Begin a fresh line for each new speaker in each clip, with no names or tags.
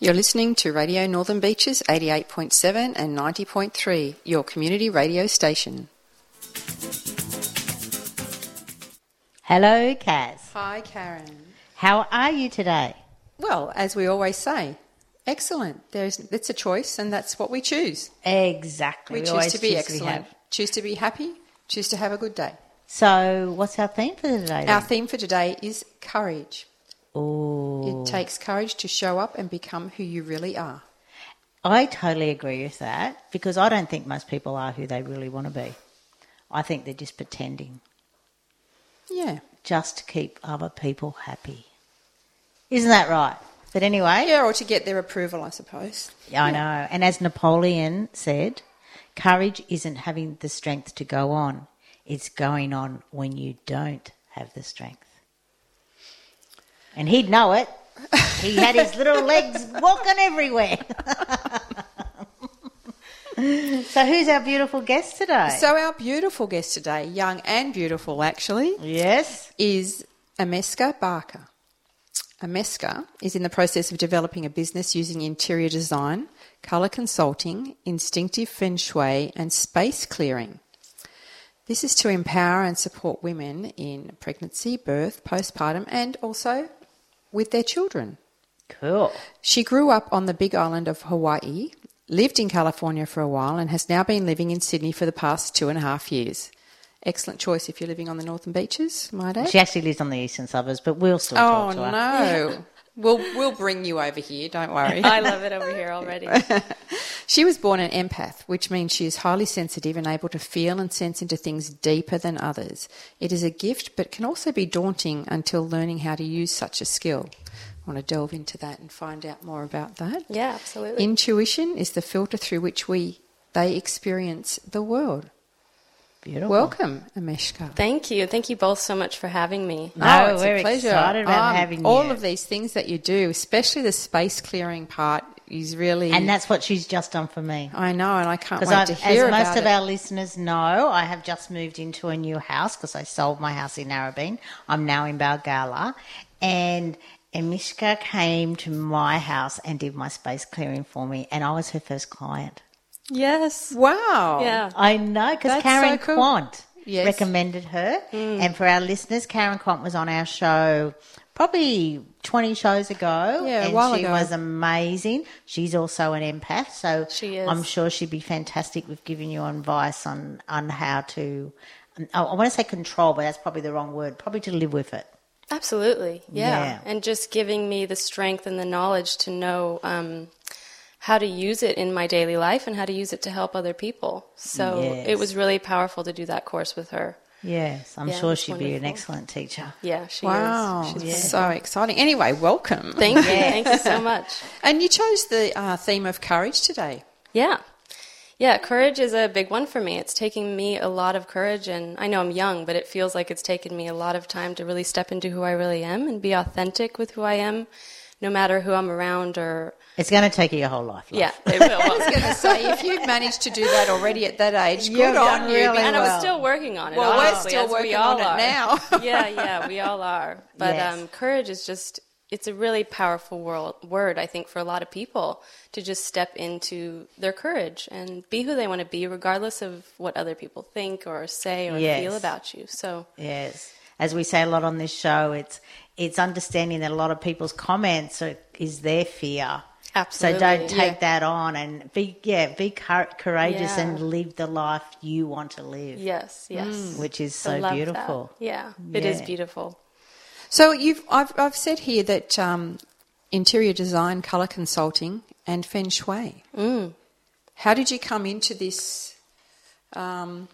You're listening to Radio Northern Beaches 88.7 and 90.3, your community radio station.
Hello, Kaz.
Hi, Karen.
How are you today?
Well, as we always say, excellent. There's, it's a choice, and that's what we choose.
Exactly.
We, choose to be excellent. choose to be happy. Choose to have a good day.
so, what's our theme for today?
Our theme for today is courage.
Oh,
It takes courage to show up and become who you really are.
I totally agree with that because I don't think most people are who they really want to be. I think they're just pretending.
Yeah.
just to keep other people happy. Isn't that right? But anyway,
Yeah, or to get their approval, I suppose.
I know. And as Napoleon said, courage isn't having the strength to go on, it's going on when you don't have the strength. And he'd know it. He had his little legs walking everywhere. so, who's our beautiful guest today?
So, our beautiful guest today, young and beautiful actually,
yes.
is Ameska Barker. Ameska is in the process of developing a business using interior design, colour consulting, instinctive feng shui, and space clearing. This is to empower and support women in pregnancy, birth, postpartum, and also with their children.
Cool.
She grew up on the big island of Hawaii, lived in California for a while, and has now been living in Sydney for the past two and a half years. Excellent choice if you're living on the northern beaches, might I?
She actually lives on the eastern suburbs, but we'll still
Oh
talk to her.
no. We'll, we'll bring you over here, don't worry.
I love it over here already.
She was born an empath, which means she is highly sensitive and able to feel and sense into things deeper than others. It is a gift, but can also be daunting until learning how to use such a skill. I want to delve into that and find out more about that.
Yeah, absolutely.
Intuition is the filter through which we they experience the world.
Beautiful.
Welcome, Ameshka.
Thank you. Thank you both so much for having me.
No, we're excited about
Um,
having
all
you.
of these things that you do, especially the space clearing part, is really.
And that's what she's just done for me.
I know, and I can't wait
Because
to
as
hear
most
about
of
it.
our listeners know, I have just moved into a new house because I sold my house in Narrabeen. I'm now in Balgala, and Emishka came to my house and did my space clearing for me, and I was her first client.
Yes.
Wow.
Yeah.
I know because
That's
Karen
so cool.
Quant
Yes. Mm.
recommended her, and for our listeners, Karen Quant was on our show probably 20 shows ago
Yeah, a
and
while
she
ago.
was amazing she's also an empath so
She is.
i'm sure she'd be fantastic with giving you advice on on how to oh, i want to say control but that's probably the wrong word probably to live with it
Absolutely. Yeah.
Yeah.
And just giving me the strength and the knowledge to know um, how to use it in my daily life and how to use it to help other people. So
Yes.
it was really powerful to do that course with her.
yes i'm
Yeah,
sure
that's
she'd be an
wonderful.
excellent teacher
Yeah, she
Wow.
is. She's
So exciting. Anyway, welcome.
Thank you. Thank you so much.
and you chose the uh, theme of courage today.
Yeah. Yeah, courage is a big one for me. It's taking me a lot of courage, and I know I'm young, but it feels like it's taken me a lot of time to really step into who I really am and be authentic with who I am, no matter who I'm around or.
it's going to take you your whole life love.
Yeah, it will.
I was going to say, if you've managed to do that already at that age,
You've
good
done
on you.
really
and I
well.
was still working on it.
Well, we're
honestly,
still
as we
working
all
on it
are.
now.
yeah, yeah, we all are. But
Yes.
um, courage is just, it's a really powerful world, word, I think, for a lot of people to just step into their courage and be who they want to be, regardless of what other people think or say or
Yes.
feel about you. So,
Yes. As we say a lot on this show, it's it's understanding that a lot of people's comments are, is their fear.
Absolutely,
So don't
yeah.
take that on and be yeah, be cour- courageous
Yeah.
and live the life you want to live.
yes, yes.
Mm, Which is
I
so
love that.
beautiful.
Yeah, it is
Yeah.
beautiful.
So you've I've I've said here that um, interior design, color consulting, and feng shui.
Mm.
How did you come into this um,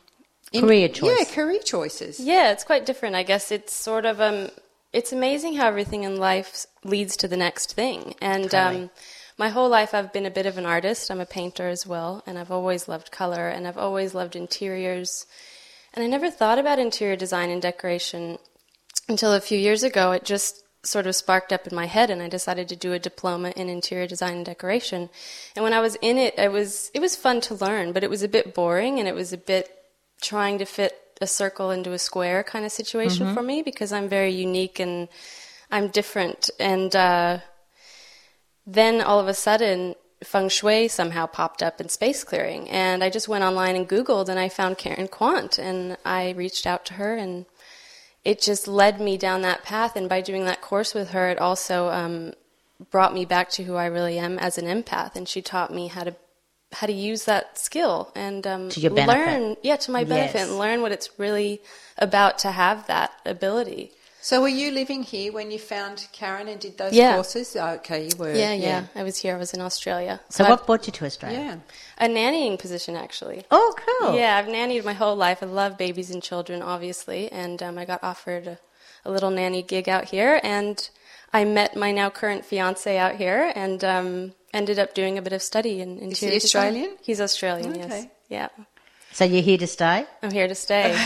Career choice.
Yeah, career choices.
Yeah, it's quite different. I guess it's sort of um, it's amazing how everything in life s- leads to the next thing, and um, my whole life I've been a bit of an artist. I'm a painter as well, and I've always loved color and I've always loved interiors. And I never thought about interior design and decoration until a few years ago. It just sort of sparked up in my head and I decided to do a diploma in interior design and decoration. And when I was in it, it was it was fun to learn, but it was a bit boring and it was a bit trying to fit a circle into a square kind of situation for me because I'm very unique and I'm different. And uh, then all of a sudden, feng shui somehow popped up in space clearing. And I just went online and Googled and I found Karen Quant and I reached out to her and it just led me down that path. And by doing that course with her, it also um, brought me back to who I really am as an empath. And she taught me how to how to use that skill and um,
To your benefit.
learn, yeah, to my benefit,
Yes.
and learn what it's really about to have that ability.
So were you living here when you found Karen and did those
Yeah.
courses? Oh, okay, you were.
Yeah, yeah, I was here. I was in Australia.
So,
I've-
what brought you to
Yeah.
Australia?
A nannying position, actually.
Oh, cool.
Yeah, I've nannied my whole life. I love babies and children, obviously, and um, I got offered a, a little nanny gig out here, and I met my now current fiance out here, and um, ended up doing a bit of study in interior.
he
design.
Australian?
He's Australian. Yes.
Okay.
Yeah.
So you're here to stay?
I'm here to stay.
Oh,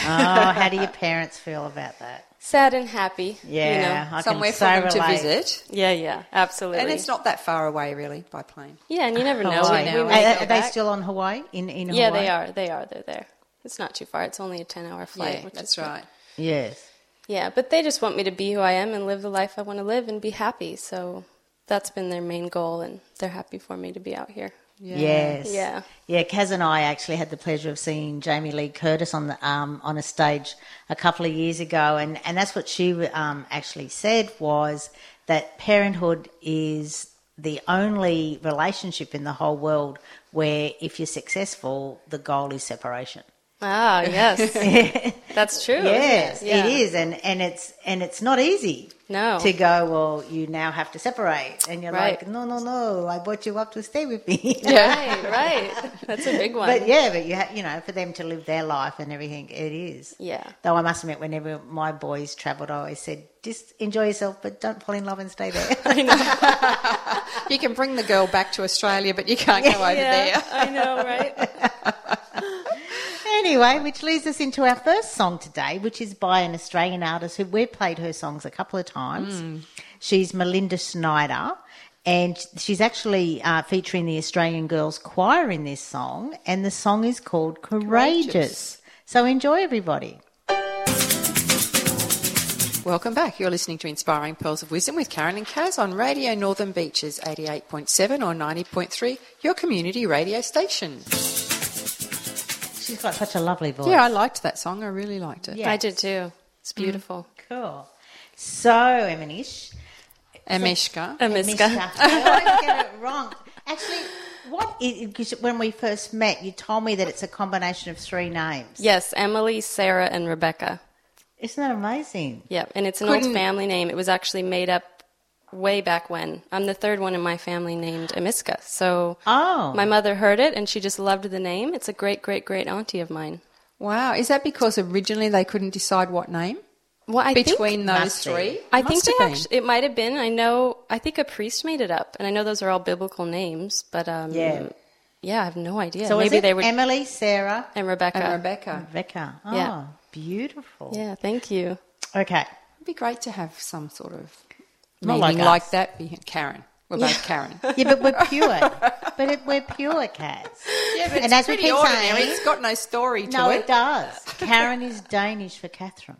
how do your parents feel about that?
Sad and happy.
Yeah,
You know.
I
Somewhere
can
for
so
them to
relate.
visit.
Yeah, yeah, absolutely.
And it's not that far away, really, by plane.
Yeah, and you never know.
Hawaii.
We-
now,
we
eh?
may
Are,
go
are they
back.
still on Hawaii? In, in
Yeah,
Hawaii?
they are. They are. They're there. It's not too far. It's only a ten-hour flight.
yeah,
which
that's
is good.
right.
Yes.
Yeah, but they just want me to be who I am and live the life I want to live and be happy. So that's been their main goal, and they're happy for me to be out here.
Yes.
Yeah.
Yeah. Kaz and I actually had the pleasure of seeing Jamie Lee Curtis on the um, on a stage a couple of years ago, and and that's what she um, actually said was that parenthood is the only relationship in the whole world where if you're successful, the goal is separation.
Ah, yes, that's true. isn't it?
Yes,
Yeah.
it is, and and it's and it's not easy.
No.
to go. Well, you now have to separate, and you're
Right.
like, no, no, no. I brought you up to stay with me.
Right, right. That's a big one.
But yeah, but you ha- you know, for them to live their life and everything, it is.
Yeah.
Though I must admit, whenever my boys travelled, I always said, just enjoy yourself, but don't fall in love and stay there.
You can bring the girl back to Australia, but you can't go over
yeah,
there.
I know, right?
anyway, which leads us into our first song today, which is by an Australian artist who we've played her songs a couple of times. She's Melinda Schneider. And she's actually uh, featuring the Australian Girls Choir in this song, and the song is called Courageous. So enjoy, everybody.
Welcome back. You're listening to Inspiring Pearls of Wisdom with Karen and Kaz on Radio Northern Beaches 88.7 or 90.3, your community radio station.
She's got such a lovely voice.
Yeah, I liked that song. I really liked it.
Yeah.
I did too. It's beautiful.
Cool. So, Emanish,
Amishka.
Amiska.
Mishka. Oh, I always get it wrong. Actually, what is, because when we first met, you told me that it's a combination of three names.
Yes, Emily, Sarah, and Rebecca.
Isn't that amazing?
Yeah, and it's an
Couldn't-
old family name. It was actually made up way back when. I'm the third one in my family named Amiska. So
Oh.
My mother heard it and she just loved the name. It's a great, great, great auntie of mine.
Wow. Is that because originally they couldn't decide what name
Well, I think,
between those
must be.
three?
I
Must
think they
have been.
actually, it might have been. I know. I think a priest made it up, and I know those are all biblical names. But um,
Yeah.
yeah, I have no idea.
so
Maybe
is it
they were
Emily, Sarah,
and Rebecca.
And Rebecca.
Rebecca. Oh,
Yeah.
beautiful.
Yeah, thank you.
Okay.
It'd be great to have some sort of
Not like
meaning like,
us.
that. Be- Karen. We're both Karen.
Yeah, but we're pure. but it, we're pure cats.
Yeah, but
And it's as we pretty keep ordinary. saying-
it's got no story to
No,
it.
it does. Karen is Danish for Catherine.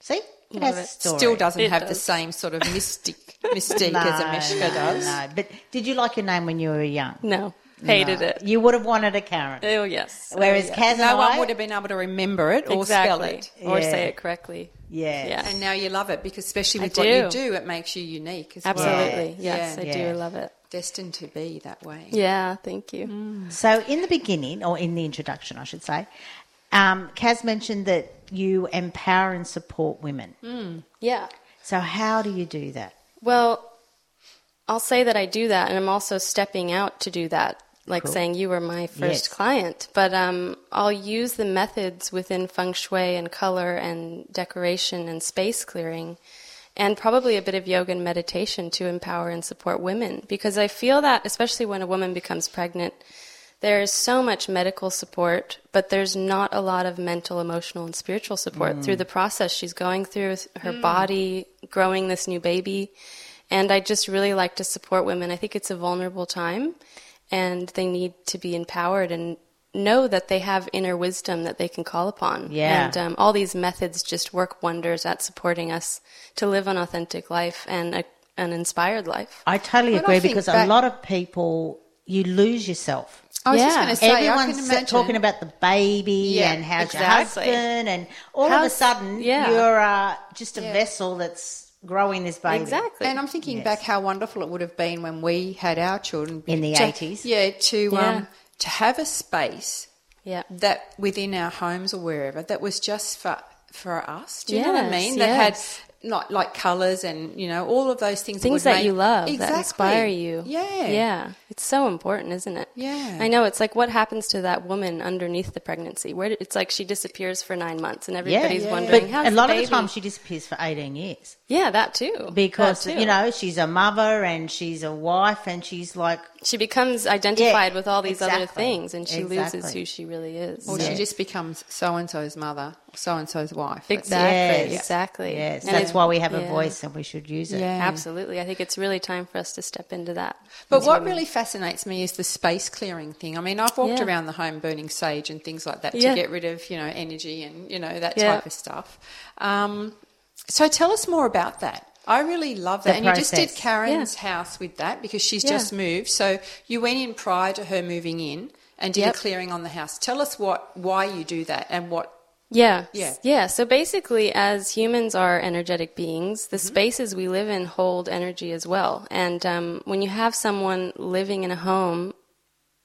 See? It has
Mm. Love
a
it.
story.
Still doesn't
It
have the
does.
same sort of mystic mystique as
No,
Amishka
no,
does.
no. But did you like your name when you were young?
No, hated it.
You would have wanted a Karen.
Oh yes.
Whereas
oh,
Kaz and
No
I-
one would have been able to remember it or spell
exactly,
it.
or
Yeah.
say it correctly.
Yes.
Yeah.
And now you love it because, especially
I
with what you
do.
do, it makes you unique as well.
Absolutely. Yes,
Yeah.
I
Yeah.
do love it.
Destined to be that way.
Yeah, thank you.
Mm.
So, in the beginning, or in the introduction, I should say, um, Kaz mentioned that you empower and support women.
Mm.
Yeah.
So, how do you do that?
Well, I'll say that I do that, and I'm also stepping out to do that, like saying you were my first
Yes.
client. But um, I'll use the methods within feng shui and color and decoration and space clearing and probably a bit of yoga and meditation to empower and support women. Because I feel that, especially when a woman becomes pregnant, there is so much medical support, but there's not a lot of mental, emotional, and spiritual support through the process she's going through, her body, growing this new baby. And I just really like to support women. I think it's a vulnerable time, and they need to be empowered and know that they have inner wisdom that they can call upon.
Yeah.
And um, all these methods just work wonders at supporting us to live an authentic life and a, an inspired life.
I totally
When I
agree
think
because a
back-
lot of people you lose yourself.
I was just
Yeah.
going to say, I
Everyone's
can
sa-
imagine.
talking about the baby
Yeah,
and how's
exactly.
your husband, and all of a
How's-
sudden
yeah.
you're uh, just a
Yeah.
vessel that's growing this baby.
Exactly.
and I'm thinking back how wonderful it would have been when we had our children
In the
to-
80s.
Yeah, to
Yeah.
um to have a space
yeah.
that within our homes or wherever that was just for for us. Do you know what I
Yes,
mean?
yes.
That had not like colours and you know all of those things.
things
that, would
that
make-
you love
exactly.
that inspire you
Yeah,
yeah it's so important isn't it
Yeah.
i know it's like what happens to that woman underneath the pregnancy where did- it's like she disappears for nine months and
Yeah,
everybody's
yeah.
wondering
But
how's
a lot
the
of the
baby?
time she disappears for eighteen years
yeah that too
because
That too.
you know she's a mother and she's a wife and she's like
she becomes identified
Yeah,
with all these other
exactly.
things and she loses
Exactly.
who she really is
Or
Yeah.
she just becomes so and so's mother, so and so's wife. That's it.
exactly
Yes.
exactly
yes.
And
That's
it-
why we have a
yeah.
voice and we should use it.
Yeah.
absolutely i think it's really time for us to step into that
But what really fascinates me is the space clearing thing. I mean, I've walked
Yeah.
around the home burning sage and things like that
Yeah.
to get rid of, you know, energy and, you know, that
Yeah.
type of stuff. Um, so tell us more about that. I really love that.
The
and you just
process.
did Karen's house with that because she's
Yeah.
just moved. So you went in prior to her moving in and did
Yep.
a clearing on the house. Tell us what why you do that and what
Yeah.
Yeah.
Yeah. So basically, as humans are energetic beings, the spaces we live in hold energy as well. And um, when you have someone living in a home,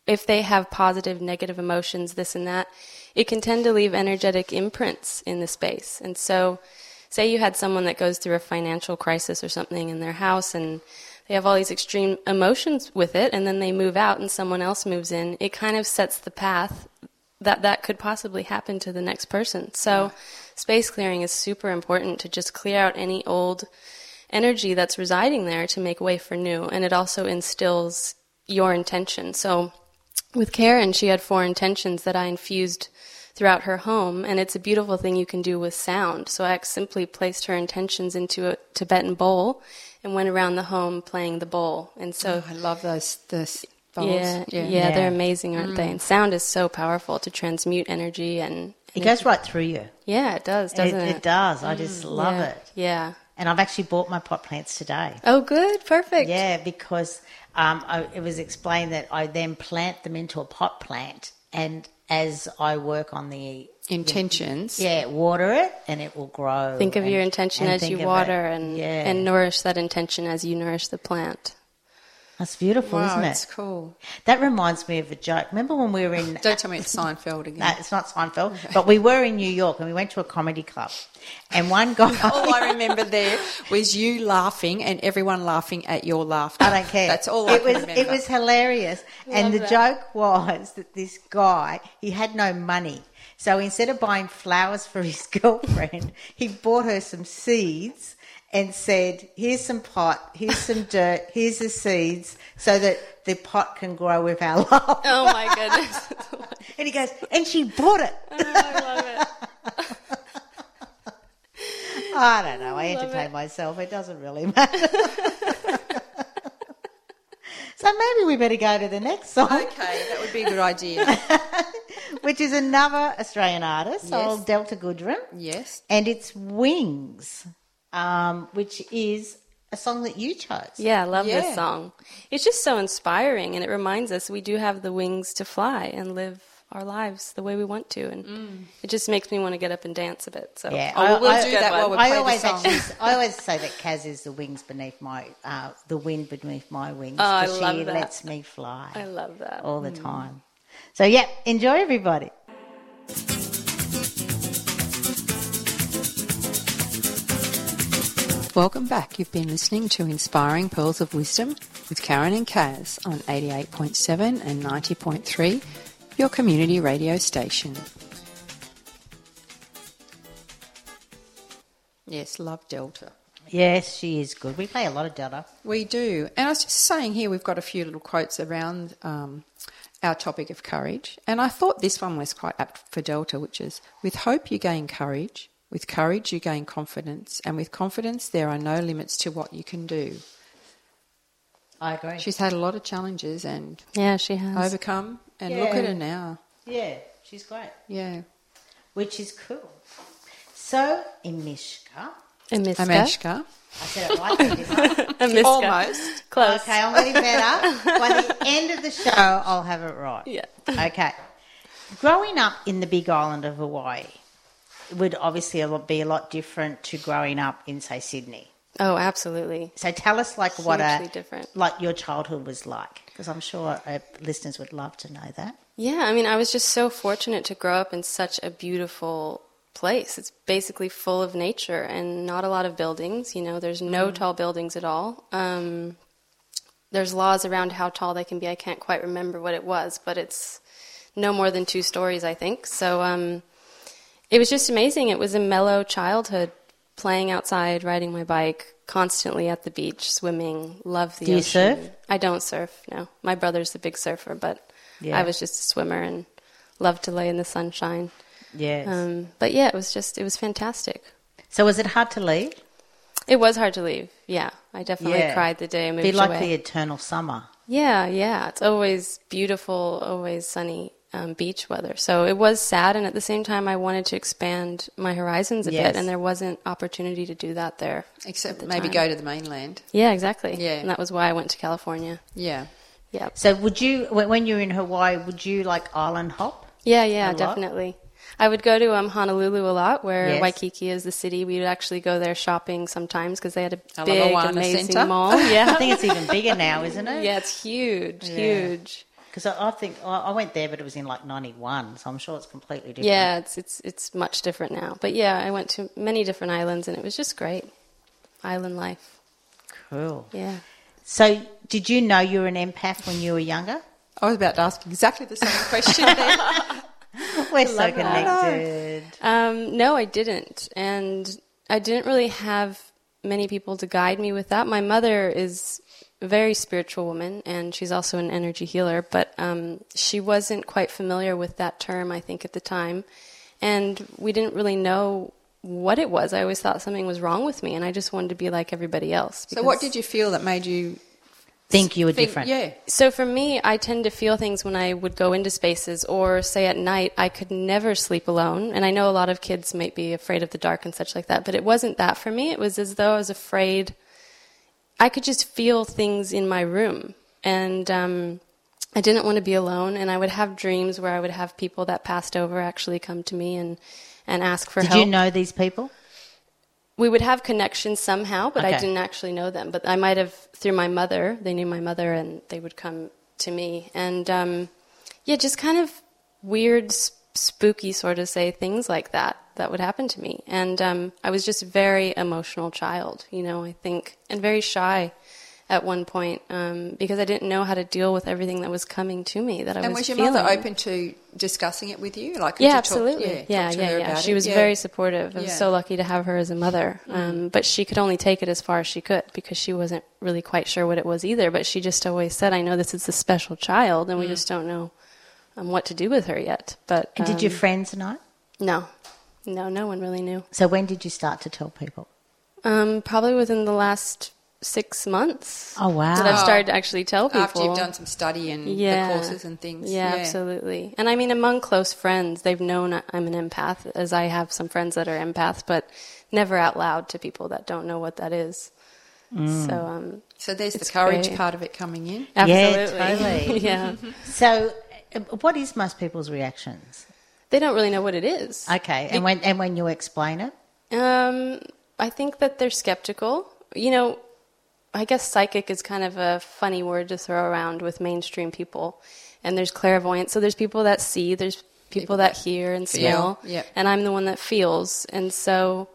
if they have positive, negative emotions, this and that, it can tend to leave energetic imprints in the space. And so, say you had someone that goes through a financial crisis or something in their house and they have all these extreme emotions with it, and then they move out and someone else moves in, it kind of sets the path that that could possibly happen to the next person. So, space clearing is super important to just clear out any old energy that's residing there to make way for new. And it also instills your intention. So, with Karen, she had four intentions that I infused throughout her home, and it's a beautiful thing you can do with sound. So I simply placed her intentions into a Tibetan bowl and went around the home playing the bowl. And so,
I love those those bowls.
yeah, yeah, Mm.
Yeah.
they're amazing, aren't they? And sound is so powerful to transmute energy, and,
It goes right through you.
yeah, it does, doesn't it? Mm,
it, it does. I just love
yeah.
it.
Yeah.
And I've actually bought my pot plants today.
Oh, good, perfect.
Yeah, because um, I, it was explained that I then plant them into a pot plant, and as I work on the
intentions.
yeah, water it, and it will grow.
Think of
and-
your intention
and
as
think
you
of it.
water, and
yeah,
and nourish that intention as you nourish the plant.
that's beautiful,
Wow,
isn't
it's
it?
cool.
That reminds me of a joke. Remember when we were in
Don't tell me it's Seinfeld again.
No, it's not Seinfeld. But we were in New York and we went to a comedy club. And one guy.
All I remember there was you laughing and everyone laughing at your laughter.
I don't care.
That's all
it
I can
was.
remember.
It was hilarious, and the joke was that this guy he had no money, so instead of buying flowers for his girlfriend, he bought her some seeds and said, "Here's some pot. Here's some dirt. Here's the seeds, so that the pot can grow with our love."
Oh my goodness.
And he goes, "And she bought it."
I love it.
I don't know. I
love
entertain
it.
myself. It doesn't really matter. so maybe we better go to the next song,
okay, that would be a good idea.
which is another Australian artist, old Delta Goodrem,
yes.
and it's Wings, um, which is a song that you chose.
Yeah, I love
Yeah.
this song. It's just so inspiring, and it reminds us we do have the wings to fly and live our lives the way we want to, and it just makes me want to get up and dance a bit. So
Yeah,
Oh, well, we'll
I-
do
I-
that while we
I
play
always
the song.
actually, I always say that Kaz is the wings beneath my, uh, the wind beneath my wings.
Oh, I
'cause
love
she
that.
lets me fly
I love that.
all the time. So yeah, enjoy everybody.
Welcome back. You've been listening to Inspiring Pearls of Wisdom with Karen and Kaz on 88.7 and 90.3, your community radio station. Yes, love Delta.
Yes, she is good. We play a lot of Della.
We do. And I was just saying here, we've got a few little quotes around um, our topic of courage. And I thought this one was quite apt for Delta, which is with hope, you gain courage. With courage, you gain confidence. And with confidence, there are no limits to what you can do.
I agree.
She's had a lot of challenges and
Yeah, she has.
overcome. And look at
Yeah.
her now.
yeah, she's great,
Yeah.
which is cool. So, Imishka,
A Miska.
Ameshka.
I said it right. didn't I?
A Miska.
Almost.
Close.
Okay, I'm getting better. By the end of the show, I'll have it right.
Yeah.
Okay. Growing up in the big island of Hawaii would obviously a lot, be a lot different to growing up in, say, Sydney.
Oh, absolutely.
So tell us, like, what a
Hugely different.
like your childhood was like, because I'm sure uh, listeners would love to know that.
Yeah, I mean, I was just so fortunate to grow up in such a beautiful place. It's basically full of nature and not a lot of buildings. You know, there's
Mm-hmm.
no tall buildings at all. Um, there's laws around how tall they can be. I can't quite remember what it was, but it's no more than two stories, I think. So um, it was just amazing. It was a mellow childhood, playing outside, riding my bike, constantly at the beach, swimming. Love the
Do you
ocean.
surf?
I don't surf. No, my brother's the big surfer, but
Yeah.
I was just a swimmer and loved to lay in the sunshine.
Yes.
Um, but yeah, it was just it was fantastic.
so was it hard to leave?
It was hard to leave. Yeah, I definitely
Yeah.
cried the day I moved
Be like
away.
the eternal summer.
Yeah, yeah. It's always beautiful, always sunny um, beach weather. So it was sad, and at the same time, I wanted to expand my horizons a
Yes.
bit, and there wasn't opportunity to do that there.
Except maybe
time.
go to the mainland.
Yeah, exactly.
Yeah.
and that was why I went to California.
Yeah.
Yeah,
So would you, when when you're in Hawaii, would you like island hop?
yeah, yeah,
A lot?
definitely. I would go to um, Honolulu a lot, where
Yes.
Waikiki is the city. We would actually go there shopping sometimes because they had a
Alamo
big,
Moana
amazing
Center.
mall.
I
Yeah,
think it's even bigger now, isn't it?
yeah, it's huge, huge.
Because I, I think I, I went there, but it was in like '91, so I'm sure it's completely different.
Yeah, it's it's it's much different now. But yeah, I went to many different islands and it was just great. Island life.
cool.
Yeah.
So, did you know you were an empath when you were younger?
I was about to ask exactly the same question there.
We're so connected.
Um, no, I didn't. And I didn't really have many people to guide me with that. My mother is a very spiritual woman and she's also an energy healer, but um, she wasn't quite familiar with that term, I think, at the time. And we didn't really know what it was. I always thought something was wrong with me and I just wanted to be like everybody else.
So, what did you feel that made you
Think you were
think?
different?
Yeah.
So for me, I tend to feel things when I would go into spaces or say at night, I could never sleep alone. And I know a lot of kids might be afraid of the dark and such like that, but it wasn't that for me. It was as though I was afraid. I could just feel things in my room. And um, I didn't want to be alone. And I would have dreams where I would have people that passed over actually come to me and, and ask for
Did
help
you know these people?
we would have connections somehow, but
Okay.
I didn't actually know them. But I might have through my mother. They knew my mother, and they would come to me. And um, yeah, just kind of weird, s- spooky sort of say things like that that would happen to me. And um, I was just very emotional child, you know. I think and very shy at one point um, because I didn't know how to deal with everything that was coming to me. That I
And was,
was,
your
feeling.
mother open to discussing it with you? Like, could
Yeah,
you talk-
absolutely. Yeah, yeah,
talk to
yeah.
her about
She
it?
was
Yeah.
very supportive. I was
Yeah. Hmm.
so lucky to have her as a mother. Um, but she could only take it as far as she could because she wasn't really quite sure what it was either. But she just always said, "I know this is a special child, and
Hmm.
we just don't know um, what to do with her yet." But
And did your
um,
friends know?
no, no, no one really knew.
So, when did you start to tell people?
Um, probably within the last six months.
Oh, wow.
That I've started to actually tell people
After you've done some study and the courses and things.
Yeah, absolutely. And I mean, among close friends, they've known I- I'm an empath, as I have some friends that are empaths, but never out loud to people that don't know what that is. So, um,
So there's the
It's
courage
great.
part of it coming in.
absolutely.
totally.
yeah.
So, uh, what is most people's reactions?
They don't really know what it is.
Okay, and when and when you explain it,
Um, I think that they're skeptical. You know, I guess psychic is kind of a funny word to throw around with mainstream people. And there's clairvoyant, so there's people that see, there's people, that, hear and
feel,
smell,
yeah.
and I'm the one that feels. And so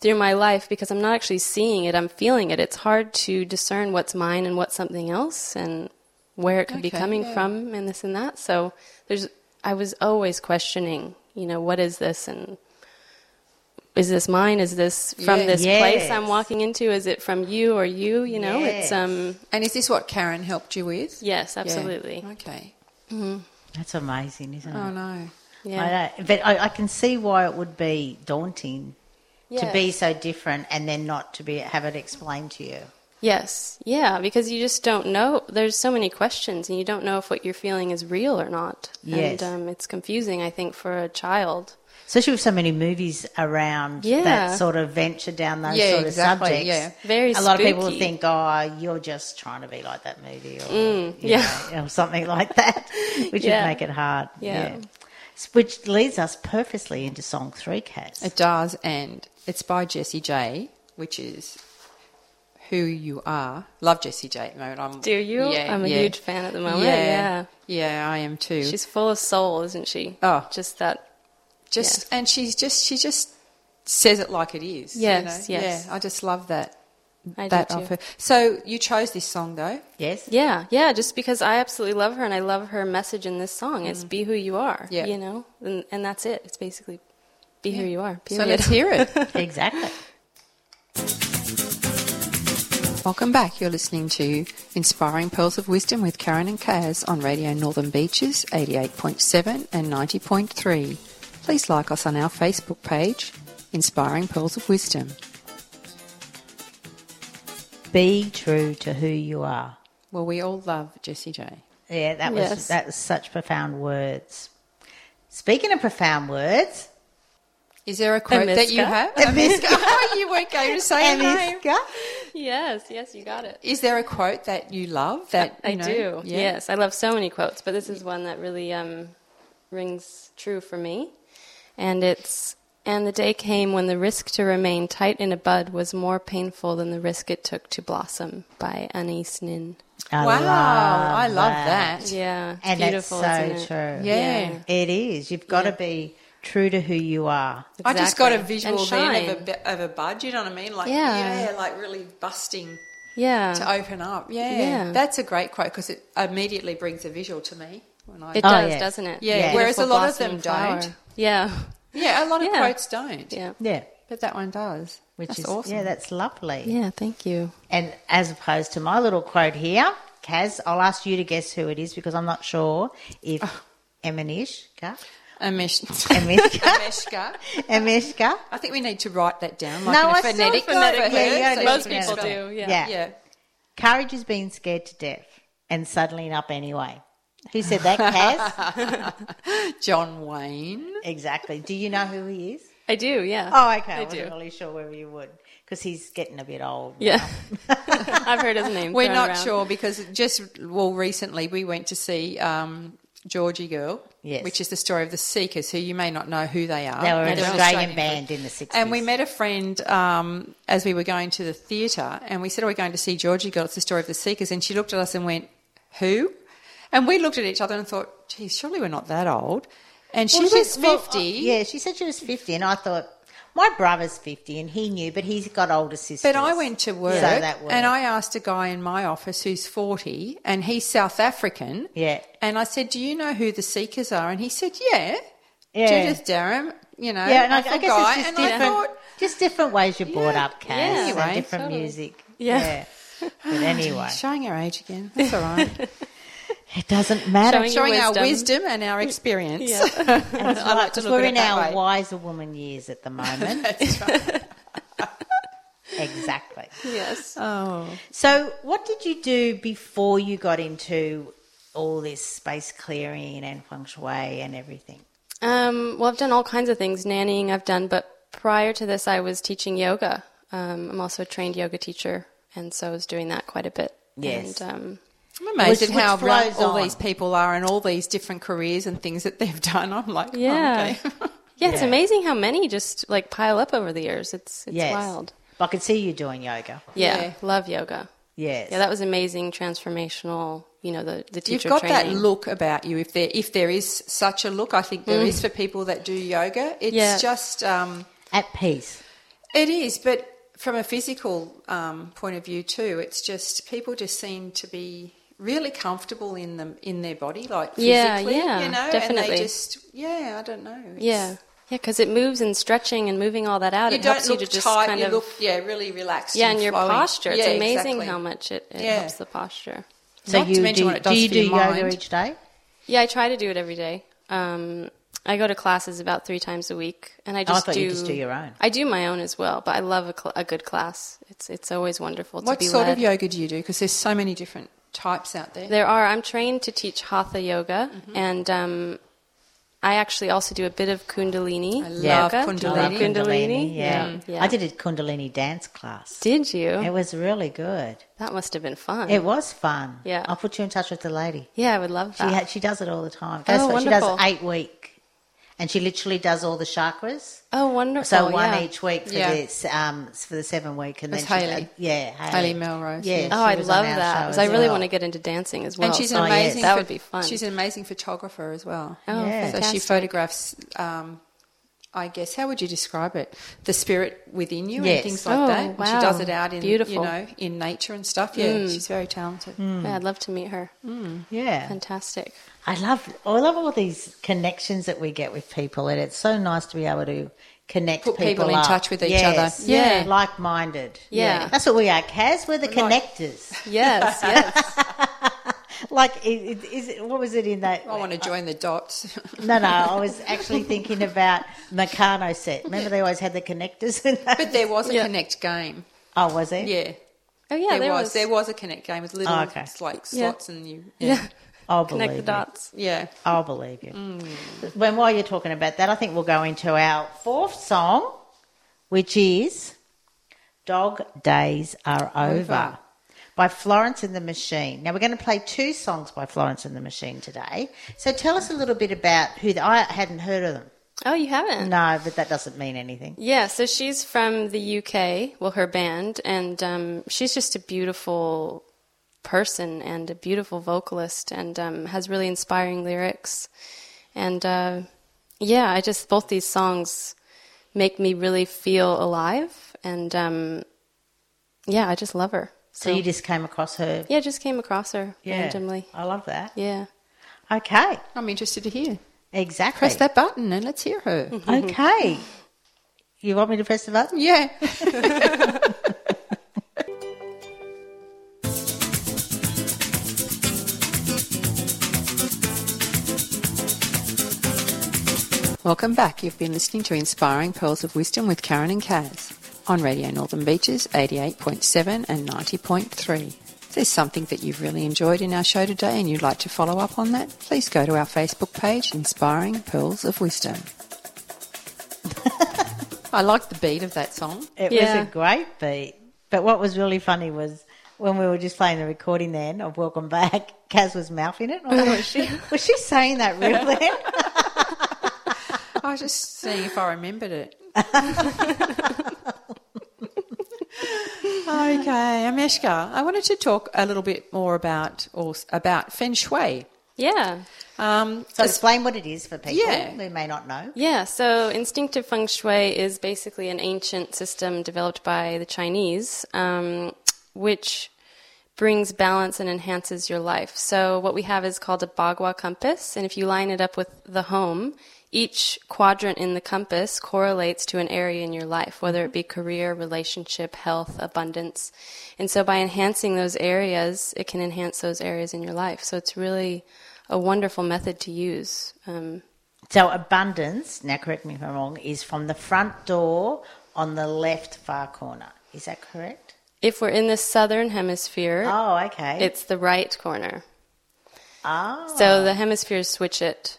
through my life, because I'm not actually seeing it, I'm feeling it. It's hard to discern what's mine and what's something else, and where it could be
Okay,
coming
yeah.
from, and this and that. So there's, I was always questioning, you know, what is this and is this mine? Is this from
Yeah.
this place I'm
Yes.
walking into? Is it from you or you? You know,
Yes.
it's um
And is this what Karen helped you with?
yes,
Yeah.
absolutely. Mm.
Okay.
That's amazing, isn't
Oh
it?
no.
Yeah.
I know. But I, I can see why it would be daunting to
Yeah.
be so different and then not to be have it explained to you.
Yes. Yeah, because you just don't know. There's so many questions and you don't know if what you're feeling is real or not.
Yes.
And um, it's confusing, I think, for a child.
Especially with so many movies around
Yeah.
that sort of venture down those
Yeah,
sort of
exactly,
subjects.
yeah.
Very
a lot of people
spooky.
think, oh, you're just trying to be like that movie or, you
Mm, yeah.
know, or something like that, which
Yeah.
would make it hard.
Yeah.
S- Which leads us perfectly into song three,
Uh,
Cats.
It does, and it's by Jessie J, which is who you are. Love Jessie J at the moment. I'm,
Do you?
Yeah,
I'm a
yeah.
huge fan at the moment.
Yeah,
Yeah.
yeah, I am too.
She's full of soul, isn't she?
Oh.
Just that.
just and she's just she just says it like it is. you
Yes,
know?
yes.
Yeah, I just love that
I do
that
too.
of her. So you chose this song though.
Yes?
Yeah, yeah, just because I absolutely love her and I love her message in this song. It's be who you are,
Mm. Yeah.
you know? And, and that's it. It's basically be who you are.
So
Period.
let's hear it.
Exactly.
Welcome back. You're listening to Inspiring Pearls of Wisdom with Karen and Kaz on Radio Northern Beaches 88.7 and 90.3. Please like us on our Facebook page, Inspiring Pearls of Wisdom.
Be true to who you are.
Well, we all love Jessie J.
Yeah, that was
Yes.
that was such profound words. Speaking of profound words,
Is there a quote that you
Amiska?
have? Amiska. you weren't going to say a name.
Amiska,
yes, yes, you got it.
Is there a quote that you love that
I
you know-
do.
Yeah.
Yes, I love so many quotes, but this is one that really um, rings true for me. And it's and the day came when the risk to remain tight in a bud was more painful than the risk it took to blossom by Anise Nin.
I
wow,
love
I love that.
Yeah, it's
and that's
beautiful,
so
isn't it?
true.
Yeah.
Yeah.
It is. You've got to be true to who you are.
I just got a
Exactly.
visual
And
then of a,
shine.
bi- of a bud, you know what I mean? Like,
Yeah.
yeah like really busting
Yeah,
to open up. Yeah,
Yeah.
that's a great quote because it immediately brings a visual to me when I.
It
Oh,
does,
yes.
doesn't it?
Yeah,
Yeah.
whereas a lot of them
Blossom
don't.
flower. Yeah.
Yeah, a lot of
Yeah.
quotes don't.
Yeah.
Yeah.
but that one does,
Which
That's
is
awesome.
yeah, that's lovely.
Yeah, thank you.
And as opposed to my little quote here, Kaz, I'll ask you to guess who it is because I'm not sure if Emanishka,
Amish-
Amishka,
Ameshka.
Amishka.
I think we need to write that down. Like
No,
in a
I still
phonetic,
don't.
phonetic
Yeah,
word,
yeah,
so
I
Most
you can
people
spell it.
do. Yeah.
Yeah.
Yeah,
Courage is being scared to death and suddenly up anyway. Who said that, Kaz?
John Wayne.
exactly. Do you know who he is?
I do. Yeah.
Oh, okay. I,
I
wasn't
do.
really sure whether you would because he's getting a bit old.
Yeah. I've heard his name.
We're
thrown
not
around.
sure because just well recently we went to see um, Georgie Girl,
Yes.
which is the story of the Seekers, who you may not know who they are.
They were
They're
an
an
Australian,
Australian
band in the 60s.
And we met a friend um, as we were going to the theatre, and we said, "Are we going to see Georgie Girl? It's the story of the Seekers." And she looked at us and went, "Who?" And we looked at each other and thought, "Geez, surely we're not that old." And she
Well,
was
well,
fifty.
uh, yeah, she said she was 50, and I thought, my brother's 50, and he knew, but he's got older sisters.
But I went to work,
So that worked.
and I asked a guy in my office who's 40 and he's South African.
Yeah.
And I said, Do you know who the Seekers are? And he said, Yeah,
Yeah.
Judith Durham, you know.
yeah, and I,
awful
I guess
guy."
it's just
and
different,
I thought,
just different ways you're brought
Yeah,
up, Kaz,
yeah.
and
Anyway,
different
totally.
music.
Yeah.
But anyway,
Showing our age again. That's all right.
it doesn't matter.
Showing
Showing
Your
our
wisdom.
wisdom and our experience.
That's
I like
right,
to
'cause
look
we're
at it
in
that
our
way.
wiser woman years at the moment. exactly.
Yes.
Oh.
So, what did you do before you got into all this space clearing and feng shui and everything?
Um, well, I've done all kinds of things. Nannying, I've done, but prior to this, I was teaching yoga. Um, I'm also a trained yoga teacher, and so I was doing that quite a bit.
Yes.
And, um,
I'm amazed
Which-
at how
which
right
flows
all
on.
these people are and all these different careers and things that they've done. I'm like,
Yeah.
oh, okay.
yeah, it's
Yeah.
amazing how many just like pile up over the years. It's it's
yes.
wild.
I could see you doing yoga.
Yeah,
Yeah.
love yoga.
Yes.
Yeah, that was amazing, transformational. You know, the the
You've
teacher
got
training.
that look about you. If there if there is such a look, I think there
Mm.
is for people that do yoga. It's
Yeah.
just um,
At peace.
it is, but from a physical um, point of view too, it's just people just seem to be really comfortable in them in their body, like
Yeah,
physically,
yeah,
you know, and
definitely.
they just yeah, I don't know. It's-
Yeah. Yeah, because it moves and stretching and moving all that out.
You
it
don't
helps
look
you to just
tight.
kind
you
of
look yeah, really relaxed.
yeah, and your
flowing.
posture. It's
Yeah,
amazing
exactly.
how much it, it
Yeah.
helps the posture.
So
Not
you
to mention
do,
what it does
do you
for
do
your
yoga
mind.
each day?
Yeah, I try to do it every day. Um, I go to classes about three times a week, and
Oh,
I
I
just
thought
do.
you just do your own.
I do my own as well, but I love a, cl- a good class. It's it's always wonderful to
What
be
sort
led.
of yoga do you do? Because there's so many different types out there.
There are. I'm trained to teach hatha yoga,
Mm-hmm.
and um, I actually also do a bit of kundalini.
I
Yeah.
love
yoga. Do you
I
Kundalini.
love
Kundalini. Mm,
yeah.
yeah.
I did a Kundalini dance class.
Did you?
It was really good.
that must have been fun.
It was fun.
Yeah.
I'll put you in touch with the lady.
yeah, I would love
She
that.
ha- she does it all the time.
Ah. Oh,
That's what- she does
wonderful.
eight week, and she literally does all the chakras.
oh, wonderful!
So one
yeah.
each week for
Yeah.
this um for the seven week, and
That's
then she's-
Hayley.
yeah, Hayley.
Hayley Melrose, yeah.
Yeah. she
Oh, I
was on
love
our
that
show as
because I really
well.
want to get into dancing as well.
And she's an
Oh, yes.
amazing.
That
pho-
would be fun.
She's an amazing photographer as well.
Oh,
Yeah.
So she
fantastic.
photographs. Um, I guess how would you describe it? The spirit within you and
Yes.
things like
Oh,
that. And She does
wow.
it out in
Beautiful. Mm.
you know in nature and stuff. Yeah, she's very talented.
Mm.
Yeah, I'd love to meet her.
Yeah,
Fantastic.
I love I love all these connections that we get with people, and it's so nice to be able to connect
Put people in
up.
touch with each
Yes.
other.
Yeah.
like minded.
Yeah.
that's what we are, Kaz. We're the connectors.
Yes, yes.
like, is, is it, what was it in that?
I want to join the dots.
No, no, I was actually thinking about Meccano set. Remember, they always had the connectors. In that?
but there was a
Yeah.
connect game.
oh, was it?
Yeah,
Oh yeah, Ah,
there, was. There was a connect game with little
Oh, okay.
like
Yeah.
slots and you.
Yeah.
I'll
Connect
believe
the
you.
dots. Mm.
Yeah.
I'll believe you. When while you're talking about that, I think we'll go into our fourth song, which is "Dog Days Are Over."
Over.
By Florence and the Machine. Now, we're going to play two songs by Florence and the Machine today. So, tell us a little bit about who the, I hadn't heard of them.
Oh, you haven't?
No, but that doesn't mean anything.
Yeah, so she's from the UK, well, her band, and um, she's just a beautiful person and a beautiful vocalist and um, has really inspiring lyrics. And uh, yeah, I just, both these songs make me really feel alive. And um, yeah, I just love her.
So, you just came across her
yeah, just came across her Oh. randomly.
I love that.
Yeah.
Okay,
I'm interested to hear.
exactly.
Press that button and let's hear her.
Hmm.
Okay. You want me to press the button?
Yeah. Welcome back. You've been listening to Inspiring Pearls of Wisdom with Karen and Kaz on Radio Northern Beaches 88.7 and 90.3. If there's something that you've really enjoyed in our show today and you'd like to follow up on that, please go to our Facebook page, Inspiring Pearls of Wisdom. I like the beat of that song.
It
Yeah.
was a great beat. But what was really funny was when we were just playing the recording then of Welcome Back, Kaz was mouthing it. I thought, was she was she saying that real then?
I was just seeing if I remembered it. okay, Ameshka, I wanted to talk a little bit more about or about feng shui.
Yeah.
Um,
So explain what it is for people
Yeah.
who may not know.
Yeah, so instinctive feng shui is basically an ancient system developed by the Chinese, um, which brings balance and enhances your life. So, what we have is called a bagua compass, and if you line it up with the home, each quadrant in the compass correlates to an area in your life, whether it be career, relationship, health, abundance. And so, by enhancing those areas, it can enhance those areas in your life. So, it's really a wonderful method to use. Um,
So abundance, now correct me if I'm wrong, is from the front door on the left far corner. Is that correct?
If we're in the southern hemisphere,
Oh, okay.
it's the right corner.
oh,
So the hemispheres switch it.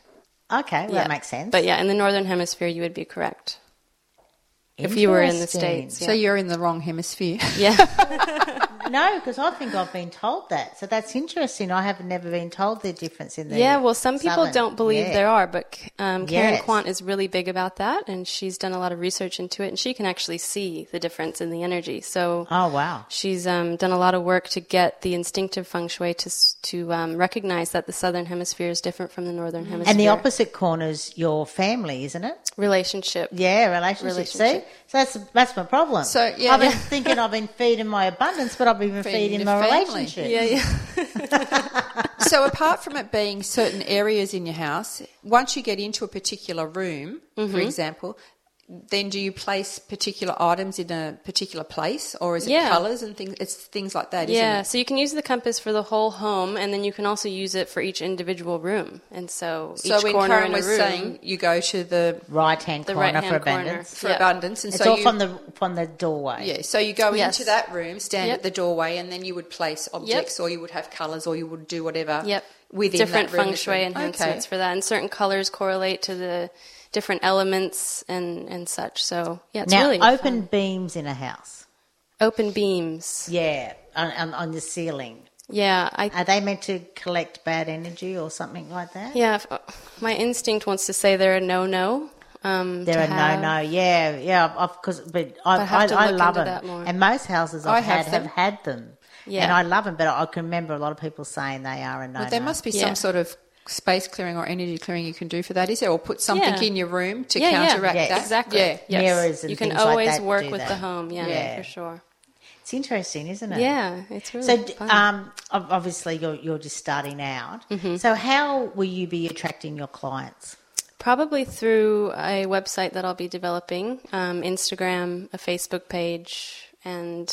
okay. Well,
Yeah.
that makes sense.
But yeah, in the northern hemisphere, you would be correct. If you were in the
Interesting.
States.
so you're in the wrong hemisphere.
Yeah.
No, because I think I've been told that. So that's interesting. I have never been told the difference in the.
yeah, well, some people
southern.
don't believe
Yeah.
there are, but um, Karen
Yes.
Quant is really big about that, and she's done a lot of research into it, and she can actually see the difference in the energy. So
Oh wow!
She's um, done a lot of work to get the instinctive feng shui to s- to um, recognize that the southern hemisphere is different from the northern hemisphere.
Mm. And the opposite corner's your family, isn't it?
relationship.
Yeah, relationship.
Relationship.
See, so that's that's my problem.
So, yeah.
I've been
Yeah.
thinking I've been feeding my abundance, but I've been feeding,
Feeding
my
the family.
relationship.
Yeah, yeah.
so apart from it being certain areas in your house, once you get into a particular room, for example, then do you place particular items in a particular place, or is it
Yeah.
colours and things? It's things like that,
yeah,
isn't
so you can use the compass for the whole home, and then you can also use it for each individual room. And so,
it? So
each
when
corner
Karen
in a
was
room,
saying you go to the
Right hand
The
corner
right-hand
for
corner.
abundance.
for
Yeah.
abundance, and
It's
so
all
you
from the from the doorway.
yeah, so you go
Yes.
into that room, stand
Yep.
at the doorway, and then you would place objects, or you would have colours, or you would do whatever.
yep,
uh, within
different
that room.
feng shui enhancements
Okay.
for that, and certain colors correlate to the different elements and and such. So yeah, it's
now
really
open
fun.
beams in a house.
open beams.
Yeah, on, on, on the ceiling.
Yeah, I
Are they meant to collect bad energy or something like that?
yeah, if- uh, my instinct wants to say they're a no no. Um,
There
to
are
have-
no, no, yeah, yeah, of course, but I,
I have
I,
to
I
look
love them,
into that more.
and most houses
I
I've
have
had have
them.
had them,
Yeah.
and I love them. But I can remember a lot of people saying they are a no.
But there must be
Yeah.
some sort of space clearing or energy clearing you can do for that, is there? Or put something
Yeah.
in your room to
Yeah, yeah.
counteract
Yes.
that?
Exactly.
Yeah.
Yes.
Mirrors and
you can
things like
always
that
work
do
with
that.
the home. Yeah,
Yeah.
for sure.
It's interesting, isn't it?
Yeah, it's really
So, d-
fun.
um, ob- obviously, you're you're just starting out.
Mm-hmm.
So, how will you be attracting your clients?
Probably through a website that I'll be developing, um, Instagram, a Facebook page, and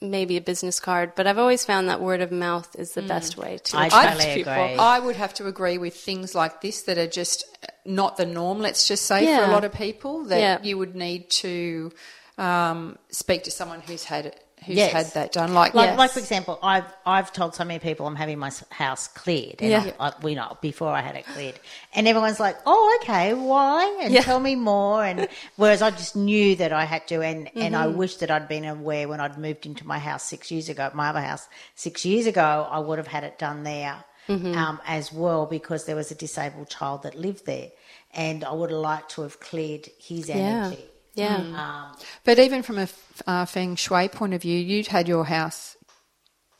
maybe a business card. But I've always found that word of mouth is the best way to
I
attract
totally
people.
agree.
I would have to agree with things like this that are just not the norm, let's just say, for
Yeah.
a lot of people, that
Yeah.
you would need to um, speak to someone who's had it. Who's
Yes.
had that done? Like,
Like,
Yes.
like for example, I've I've told so many people I'm having my s- house cleared, and
Yeah.
I, I, you know, before I had it cleared, and everyone's like, "Oh, okay, why?" and
Yeah.
tell me more. And whereas I just knew that I had to, and and
Mm-hmm.
I wish that I'd been aware when I'd moved into my house six years ago, my other house six years ago, I would have had it done there
Mm-hmm.
um, as well because there was a disabled child that lived there, and I would have liked to have cleared his energy.
Yeah.
Um,
but even from a f- uh, feng shui point of view, you'd had your house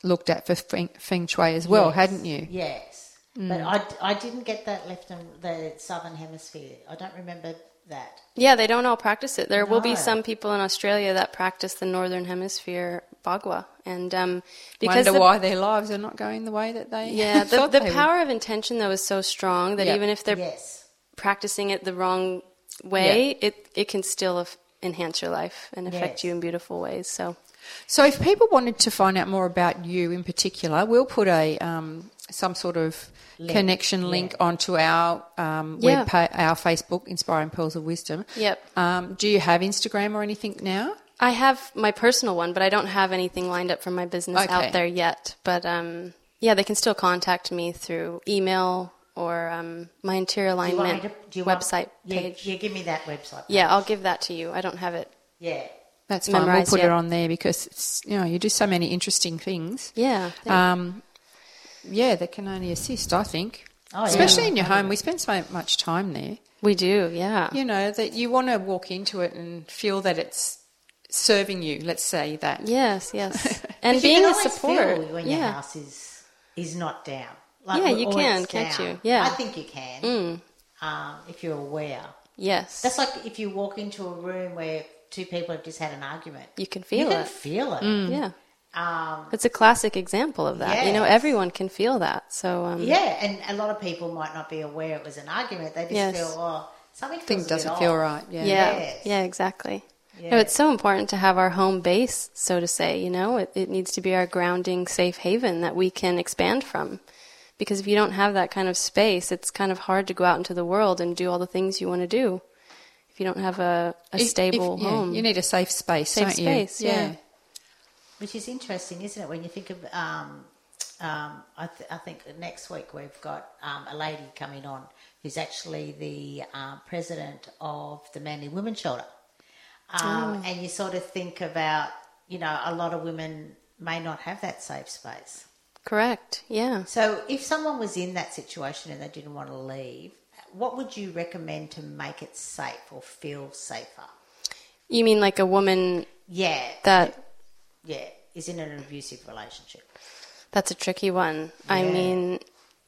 looked at for feng, feng shui as well,
Yes.
hadn't you?
Yes, but
Mm.
I, I didn't get that left in the southern hemisphere. I don't remember that.
Yeah, they don't all practice it. There will be
No.
some people in Australia that practice the Northern Hemisphere Bagua, and um, because
Wonder
the-
why their lives are not going the way that they
Yeah, the,
thought
the
they would.
power of intention though is so strong that
Yeah.
even if they're
yes,
practicing it the wrong way, it it can still af- enhance your life and affect
Yes.
you in beautiful ways. So
So, if people wanted to find out more about you in particular, we'll put a um, some sort of
Link,
connection link onto our um,
Yeah.
web pa- our Facebook, Inspiring Pearls of Wisdom.
Yep.
Um, do you have Instagram or anything now?
I have my personal one, but I don't have anything lined up for my business
Okay.
out there yet. But um, yeah, they can still contact me through email or um, my interior
Do you want
alignment
me to- do you want-
website
yeah,
page.
Yeah, give me that website.
Yeah, I'll give that to you. I don't have it.
yeah.
That's fine.
Memorised
we'll put
yet.
it on there because it's, you know you do so many interesting things.
Yeah.
Uh,
Um, yeah, that can only assist, I think.
Oh, yeah.
Especially in your home, we spend so much time there.
we do. Yeah.
You know that you want to walk into it and feel that it's serving you. Let's say that.
Yes, yes.
But
And
you
being
can
a
always
support.
feel when your
yeah.
house is is not down.
Yeah,
or-
you
or
can,
it's
can't
down.
you? Yeah. Mm.
I think you can. Um, if you're aware,
Yes.
that's like if you walk into a room where two people have just had an argument.
You can feel
you can Mm.
it. Mm.
feel it.
yeah.
Um,
It's a classic example of that. You know,
Yes.
everyone can feel that. So um,
Mm.
Yeah, and a lot of people might not be aware it was an argument. They just
Yes.
feel, oh, something feels
Thing
a
doesn't
bit
feel
off.
right.
Yeah,
Yes.
yeah, exactly. No,
Yeah.
it's so important to have our home base, so to say. You know, it, it needs to be our grounding, safe haven that we can expand from. Because if you don't have that kind of space, it's kind of hard to go out into the world and do all the things you want to do. If you don't have a, a
If- if-
stable
yeah,
home,
you need a safe space,
Safe
don't you?
space, yeah.
Which is interesting, isn't it? When you think of, um, um, I, th- I think next week we've got um, a lady coming on who's actually the um, president of the Manly Women's Shelter. Um,
Oh.
And you sort of think about, you know, a lot of women may not have that safe space.
correct? Yeah.
So, if someone was in that situation and they didn't want to leave, what would you recommend to make it safe or feel safer?
You mean like a woman
Yeah,
that
yeah, is in an abusive relationship.
That's a tricky one. I
Yeah.
mean,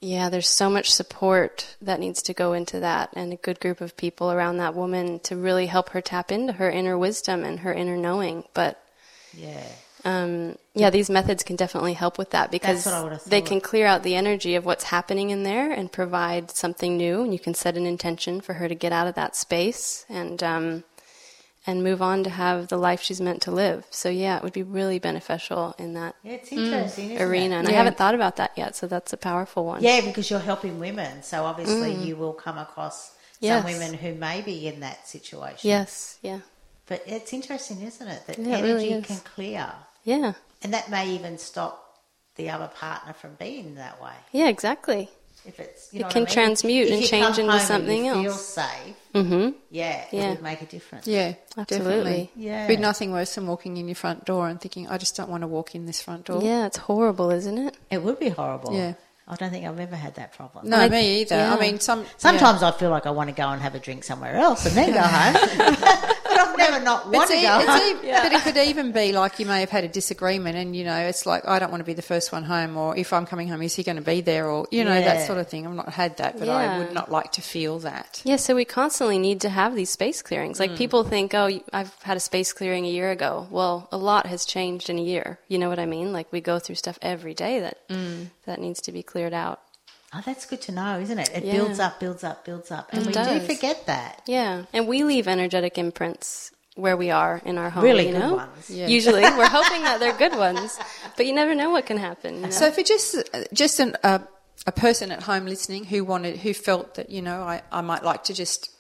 yeah, there's so much support that needs to go into that and a good group of people around that woman to really help her tap into her inner wisdom and her inner knowing. But
Yeah,
Um, yeah, these methods can definitely help with that because
what I would've
they
thought.
can clear out the energy of what's happening in there and provide something new. And you can set an intention for her to get out of that space and um, and move on to have the life she's meant to live. So yeah, it would be really beneficial in that
Yeah, it's interesting, isn't
Mm, arena.
it?
And I
Yeah.
haven't thought about that yet, so that's a powerful one.
Yeah, because you're helping women, so obviously you will come across
Mm. Yes.
some women who may be in that situation.
Yes. Yeah.
But it's interesting, isn't it, that
Yeah, it
energy
really is.
can clear,
Yeah.
and that may even stop the other partner from being that way.
Yeah. Exactly.
If it's you
It
know what
can
I mean?
transmute
If
and
you
change
come
into
home and
something
you Feel
else.
safe,
Mm-hmm.
yeah, it
Yeah.
would make a difference.
Yeah,
Absolutely.
definitely.
Yeah.
There'd be nothing worse than walking in your front door and thinking, I just don't want to walk in this front door.
Yeah, it's horrible, isn't it?
It would be horrible.
Yeah.
I don't think I've ever had that problem.
No,
I-
me either.
yeah.
I mean, some yeah.
Sometimes I feel like I want to go and have a drink somewhere else and then go home, but I've never not
But,
want
it's
to
e-
go
it's
home.
e- but it could even be like you may have had a disagreement, and you know, it's like I don't want to be the first one home, or if I'm coming home, is he going to be there, or you know,
Yeah.
that sort of thing. I've not had that, but
Yeah.
I would not like to feel that.
Yeah, so we constantly need to have these space clearings. Like people think, oh, you- I've had a space clearing a year ago. Well, a lot has changed in a year. You know what I mean? Like we go through stuff every day that that needs to be cleared out.
Oh, that's good to know, isn't it? It
Yeah.
builds up, builds up, builds up, and
It
we
does.
do forget that.
Yeah, and we leave energetic imprints where we are in our home.
Really
you
good
know?
ones.
Yeah.
Usually, we're hoping that they're good ones, but you never know what can happen. You know?
So for just just an, uh, a person at home listening who wanted who felt that you know I, I might like to just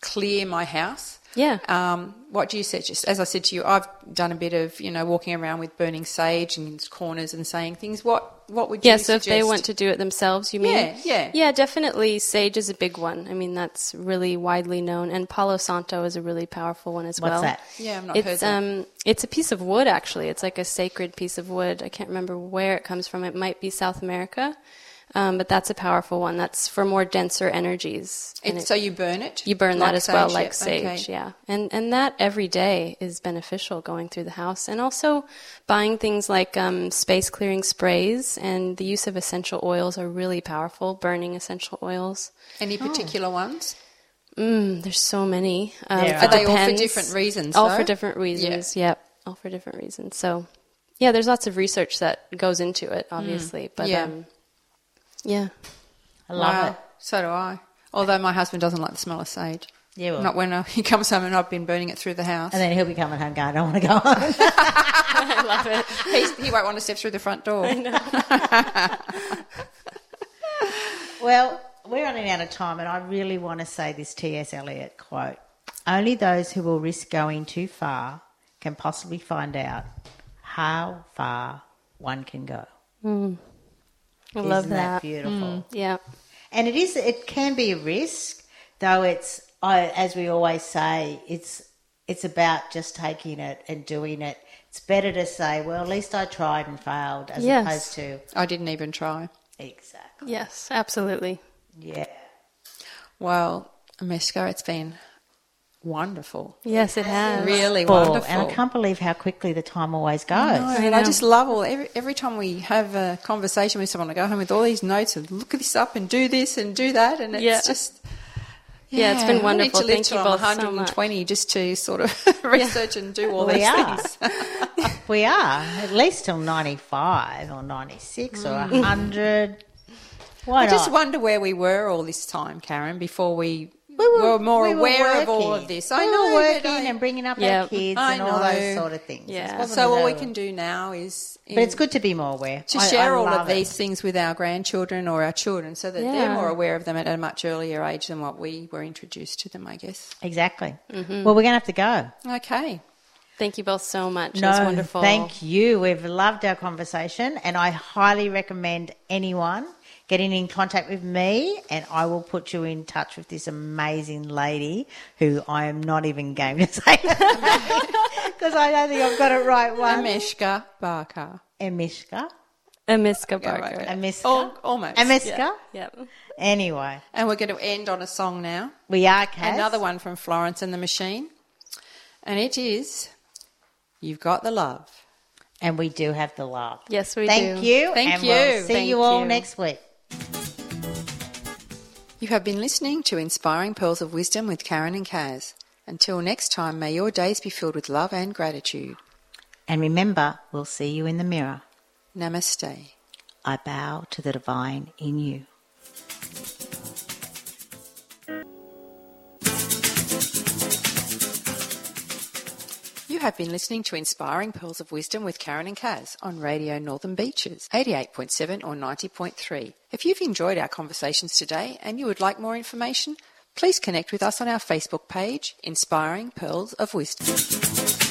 clear my house.
Yeah.
Um, what do you suggest? As I said to you, I've done a bit of you know walking around with burning sage and corners and saying things. What what would you
yeah, so if they
suggest?
want to do it themselves, you mean?
Yeah, yeah.
Yeah, definitely. Sage is a big one. I mean, that's really widely known, and Palo Santo is a really powerful one as
What's
well.
that?
Yeah, I've not
it's
heard that.
um, it's a piece of wood actually. It's like a sacred piece of wood. I can't remember where it comes from. It might be South America, um, but that's a powerful one. That's for more denser energies. and
It's-
it-
so you burn it.
you burn
Like
that as well,
sage,
like
yeah, okay.
sage, yeah. And and that every day is beneficial going through the house, and also buying things like um, space clearing sprays and the use of essential oils are really powerful. Burning essential oils,
Any particular ones?
mm, there's so many. Um,
There
it
are. Are
they all for
depends.
different reasons,
All
though?
for different reasons. Yep, all for different reasons. So yeah, there's lots of research that goes into it, obviously. But
Mm. yeah.
um, yeah,
I love
wow,
it.
so do I. Although my husband doesn't like the smell of sage.
Yeah, well-
not when I, he comes home and I've been burning it through the house.
And then he'll be coming home going, I don't want to go home.
I love it.
He's, he won't want to step through the front door.
well, we're running out of time, and I really want to say this T.S. Eliot quote Only those who will risk going too far can possibly find out how far one can go.
I love
Isn't that,
that. Mm.
beautiful?
Yeah,
And it is it can be a risk, though it's I, as we always say, it's it's about just taking it and doing it. It's better to say, well, at least I tried and failed, as
Yes.
opposed to
I didn't even try.
exactly,
yes, absolutely.
yeah.
Well, Meshko, it's been wonderful.
Yes, it has.
Really
Wonderful.
wonderful.
And I can't believe how quickly the time always goes.
No, and I just love all every, every time we have a conversation with someone, I go home with all these notes and look this up and do this and do that, and it's
Yeah.
just
Yeah, it's been
we need
wonderful.
to live
Thank you
till I'm
both so much.
120 just to sort of research and do all
We
these
are.
things.
We are at least till ninety five or ninety six or hundred. Why
Mm. I just
not?
wonder where we were all this time, Karen, before we.
We
were more
we were
aware of all
working.
of this. I
we
know
were
but
working
I-
and bringing up
Yeah.
our kids
I
and all those
know.
sort of things. It
Yeah.
wasn't
So all
as
we
though-
can do now is,
But it's good to be more aware.
to
I- I
share all of
love it.
these things with our grandchildren or our children, so that
Yeah.
they're more aware of them at a much earlier age than what we were introduced to them. I guess.
Exactly.
Mm-hmm.
Well, we're going to have to go.
Okay.
Thank you both so much. it was wonderful.
thank you. We've loved our conversation, and I highly recommend anyone getting in contact with me, and I will put you in touch with this amazing lady who I am not even game to say because I don't think I've got it right. One,
Ameshka Barker.
Amishka,
Amiska Barker.
right.
Amiska,
Al- almost.
Amiska.
Yep.
Anyway,
And we're going to end on a song now.
we are Cass.
Another one from Florence and the Machine, and it is, "You've Got the Love."
and we do have the love.
Yes, we
Thank
do.
you.
Thank
and We'll
you.
see
Thank
you all
you.
next week.
You have been listening to Inspiring Pearls of Wisdom with Karen and Kaz. Until next time, may your days be filled with love and gratitude.
And remember, we'll see you in the mirror.
Namaste.
I bow to the divine in you.
You have been listening to Inspiring Pearls of Wisdom with Karen and Kaz on Radio Northern Beaches, 88.7 or 90.3. If you've enjoyed our conversations today and you would like more information, please connect with us on our Facebook page, Inspiring Pearls of Wisdom.